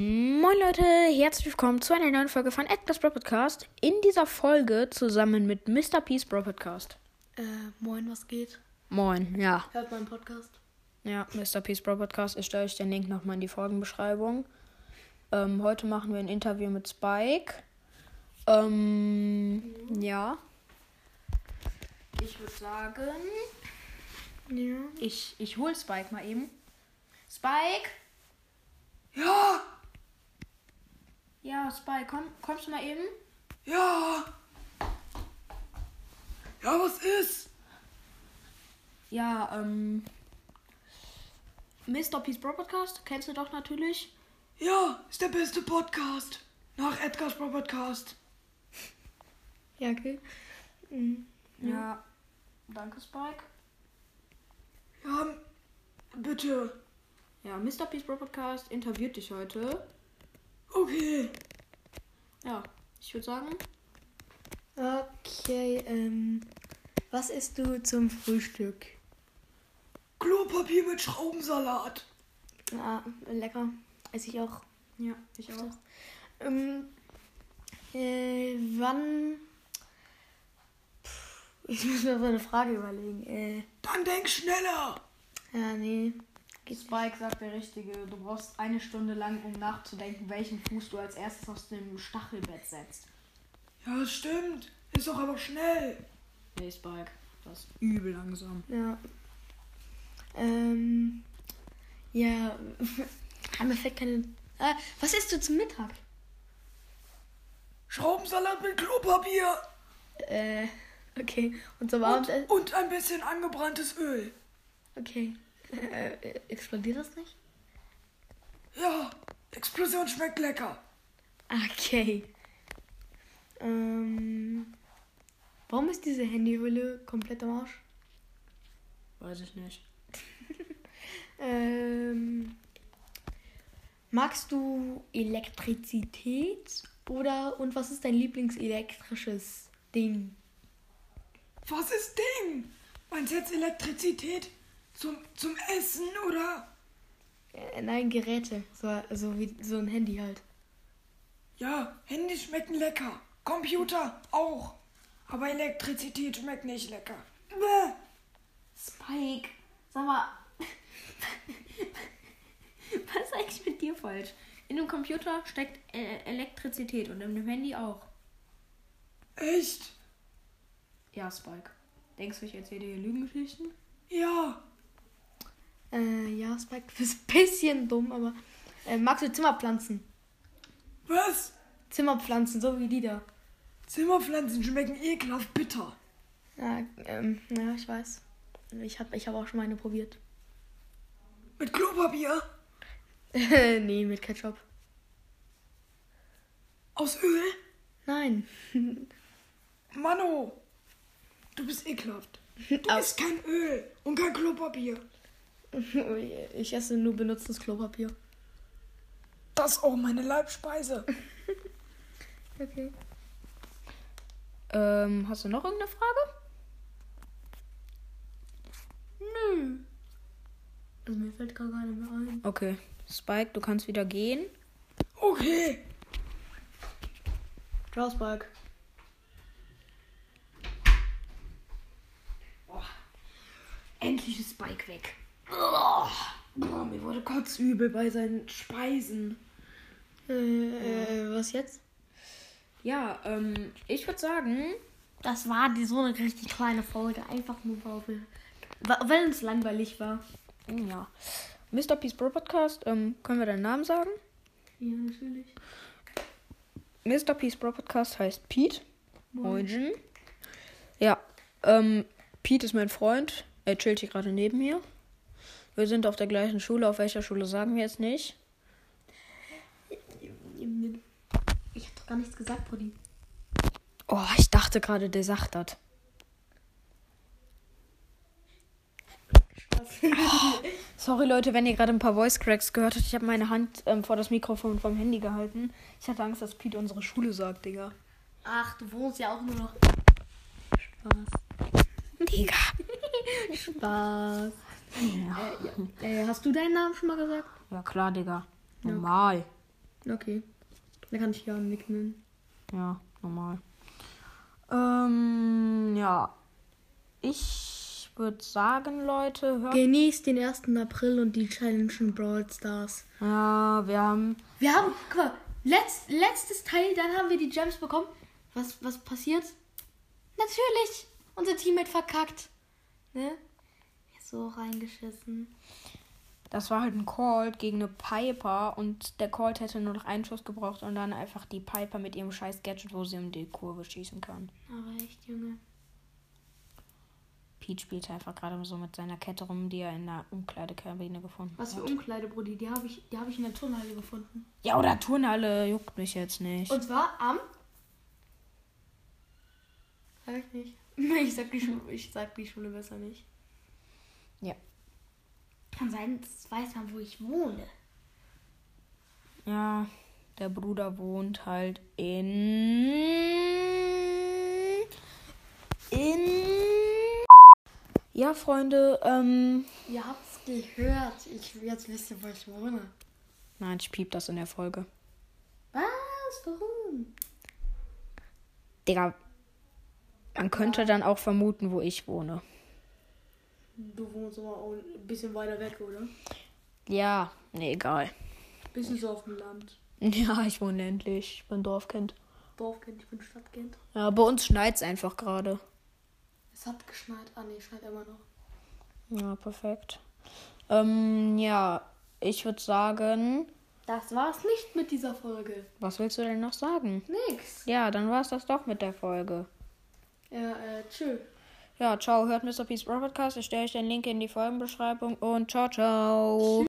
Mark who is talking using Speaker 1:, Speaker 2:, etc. Speaker 1: Moin Leute, herzlich willkommen zu einer neuen Folge von Edgar's Bro Podcast. In dieser Folge zusammen mit Mr. Peace Bro Podcast.
Speaker 2: Äh, moin, was geht?
Speaker 1: Moin, ja.
Speaker 2: Hört meinen Podcast.
Speaker 1: Ja, Mr. Peace Bro Podcast. Ich stelle euch den Link nochmal in die Folgenbeschreibung. Ähm, heute machen wir ein Interview mit Spike. Ähm, ja. Ich würde sagen,
Speaker 2: Ja.
Speaker 1: ich, ich hol Spike mal eben. Spike? Ja! Ja, Spike, komm, kommst du mal eben?
Speaker 3: Ja! Ja, was ist?
Speaker 1: Ja, ähm. Mr. Peace Bro Podcast, kennst du doch natürlich.
Speaker 3: Ja, ist der beste Podcast. Nach Edgar's Pro Podcast.
Speaker 2: Ja, okay. Mhm.
Speaker 1: Ja. Danke, Spike.
Speaker 3: Ja, bitte.
Speaker 1: Ja, Mr. Peace Bro Podcast interviewt dich heute.
Speaker 3: Okay.
Speaker 1: Ja, ich würde sagen,
Speaker 2: Okay, ähm, was isst du zum Frühstück?
Speaker 3: Klopapier mit Schraubensalat.
Speaker 2: Ah, lecker. Esse ich auch.
Speaker 1: ja, ich auch.
Speaker 2: Ähm, äh, wann. Puh, ich muss mir mal eine Frage überlegen. Äh,
Speaker 3: Dann denk schneller.
Speaker 2: ja, nee.
Speaker 1: Spike sagt der Richtige. Du brauchst eine Stunde lang, um nachzudenken, welchen Fuß du als erstes aus dem Stachelbett setzt.
Speaker 3: Ja, das stimmt. Ist doch aber schnell.
Speaker 1: Nee, Spike, das ist übel langsam.
Speaker 2: Ja. Ähm, ja. Ah, mir fällt keine. Ah, was isst du zum Mittag?
Speaker 3: Schraubensalat mit Klopapier.
Speaker 2: Äh, okay. Und zum
Speaker 3: Und,
Speaker 2: Abendessen?
Speaker 3: und ein bisschen angebranntes Öl.
Speaker 2: Okay. Äh, äh, explodiert das nicht?
Speaker 3: Ja, Explosion schmeckt lecker.
Speaker 2: Okay. Ähm, warum ist diese Handyhülle komplett am Arsch?
Speaker 1: Weiß ich nicht.
Speaker 2: Ähm, magst du Elektrizität oder und was ist dein Lieblingselektrisches Ding?
Speaker 3: Was ist Ding? Meinst du jetzt Elektrizität zum, zum Essen oder?
Speaker 2: Äh, nein, Geräte. So, so wie so ein Handy halt.
Speaker 3: Ja, Handys schmecken lecker. Computer auch. Aber Elektrizität schmeckt nicht lecker. Bäh.
Speaker 1: Spike, sag mal. Was ist eigentlich mit dir falsch? In dem Computer steckt äh, Elektrizität und in dem Handy auch.
Speaker 3: Echt?
Speaker 1: Ja, Spike. Denkst du, ich erzähle dir hier Lügengeschichten?
Speaker 3: Ja.
Speaker 2: Äh, ja, Spike, du bist ein bisschen dumm, aber äh, magst du Zimmerpflanzen?
Speaker 3: Was?
Speaker 2: Zimmerpflanzen, so wie die da.
Speaker 3: Zimmerpflanzen schmecken ekelhaft bitter.
Speaker 2: Ja, ähm, ja, ich weiß. Ich habe ich hab auch schon mal eine probiert.
Speaker 3: Mit Klopapier?
Speaker 2: nee, mit Ketchup.
Speaker 3: Aus Öl?
Speaker 2: Nein.
Speaker 3: Mano, du bist ekelhaft. Du
Speaker 2: Au.
Speaker 3: isst kein Öl und kein Klopapier.
Speaker 2: Oh ich esse nur benutztes Klopapier.
Speaker 3: Das ist auch meine Leibspeise.
Speaker 2: Okay.
Speaker 1: Ähm, hast du noch irgendeine Frage?
Speaker 2: Also mir fällt gar keine mehr ein.
Speaker 1: Okay. Spike, du kannst wieder gehen.
Speaker 3: Okay.
Speaker 2: Ciao, Spike.
Speaker 1: Endlich ist Spike weg.
Speaker 3: Boah, mir wurde kotzübel bei seinen Speisen.
Speaker 2: Äh, äh, was jetzt?
Speaker 1: Ja, ähm, ich würde sagen,
Speaker 2: Das war die, so eine richtig kleine Folge. Einfach nur, weil, weil uns langweilig war.
Speaker 1: mm, ja. Mr. Peace Bro Podcast, ähm, können wir deinen Namen sagen?
Speaker 2: Ja, natürlich.
Speaker 1: Mr. Peace Bro Podcast heißt Pete. Moinchen. Ja, ähm, Pete ist mein Freund. Er chillt hier gerade neben mir. Wir sind auf der gleichen Schule. Auf welcher Schule sagen wir jetzt nicht?
Speaker 2: Ich hab doch gar nichts gesagt, Brudi.
Speaker 1: Oh, ich dachte gerade, der sagt das. Sorry Leute, wenn ihr gerade ein paar Voice Cracks gehört habt. Ich habe meine Hand ähm, vor das Mikrofon vom Handy gehalten. Ich hatte Angst, dass Pete unsere Schule sagt, Digga.
Speaker 2: Ach, du wohnst ja auch nur noch.
Speaker 1: Digga.
Speaker 2: Spaß. Äh, ja. äh, hast du deinen Namen schon mal gesagt?
Speaker 1: Ja klar, Digga. Normal.
Speaker 2: Okay. Dann kann ich ja Nick nennen.
Speaker 1: Ja, normal. Ähm, ja. Ich würde sagen, Leute, hört.
Speaker 2: Genießt den 1. April und die Challenge in Brawl Stars.
Speaker 1: Ja, wir haben.
Speaker 2: Wir haben, guck mal, letzt, letztes Teil, dann haben wir die Gems bekommen. Was, was passiert? Natürlich, unser Teammate verkackt. Ne? So reingeschissen.
Speaker 1: Das war halt ein Colt gegen eine Piper und der Colt hätte nur noch einen Schuss gebraucht und dann einfach die Piper mit ihrem scheiß Gadget, wo sie um die Kurve schießen kann.
Speaker 2: Aber echt, Junge.
Speaker 1: Pete spielt einfach gerade so mit seiner Kette rum, die er in der Umkleidekabine gefunden
Speaker 2: Was für
Speaker 1: hat.
Speaker 2: Umkleide, Brudi. Die habe ich, die hab ich in der Turnhalle gefunden.
Speaker 1: Ja, oder Turnhalle juckt mich jetzt nicht.
Speaker 2: Und zwar am. Sag ich nicht. Ich sag die Schule, ich sag die Schule besser nicht.
Speaker 1: Ja.
Speaker 2: Kann sein, dass weiß man, wo ich wohne.
Speaker 1: Ja, der Bruder wohnt halt in. In. Ja, Freunde, ähm.
Speaker 2: Ihr habt's gehört. Ich will jetzt wissen, wo ich wohne.
Speaker 1: Nein, ich piep das in der Folge.
Speaker 2: Was? Warum?
Speaker 1: Digga. Man könnte dann auch vermuten, wo ich wohne.
Speaker 2: Du wohnst aber auch ein bisschen weiter weg, oder?
Speaker 1: Ja, nee, egal.
Speaker 2: Bisschen so auf dem Land.
Speaker 1: Ja, ich wohne endlich. Ich bin Dorfkind.
Speaker 2: Dorfkind, ich bin Stadtkind.
Speaker 1: Ja, bei uns schneit's einfach gerade.
Speaker 2: Es hat geschneit. Ah, nee, schneit immer noch.
Speaker 1: Ja, perfekt. Ähm, ja, ich würde sagen.
Speaker 2: Das war's nicht mit dieser Folge.
Speaker 1: Was willst du denn noch sagen?
Speaker 2: Nix.
Speaker 1: Ja, dann war's das doch mit der Folge.
Speaker 2: Ja, äh, tschö.
Speaker 1: Ja, ciao, hört Mr. Peace Podcast. Ich stelle euch den Link in die Folgenbeschreibung und ciao, ciao.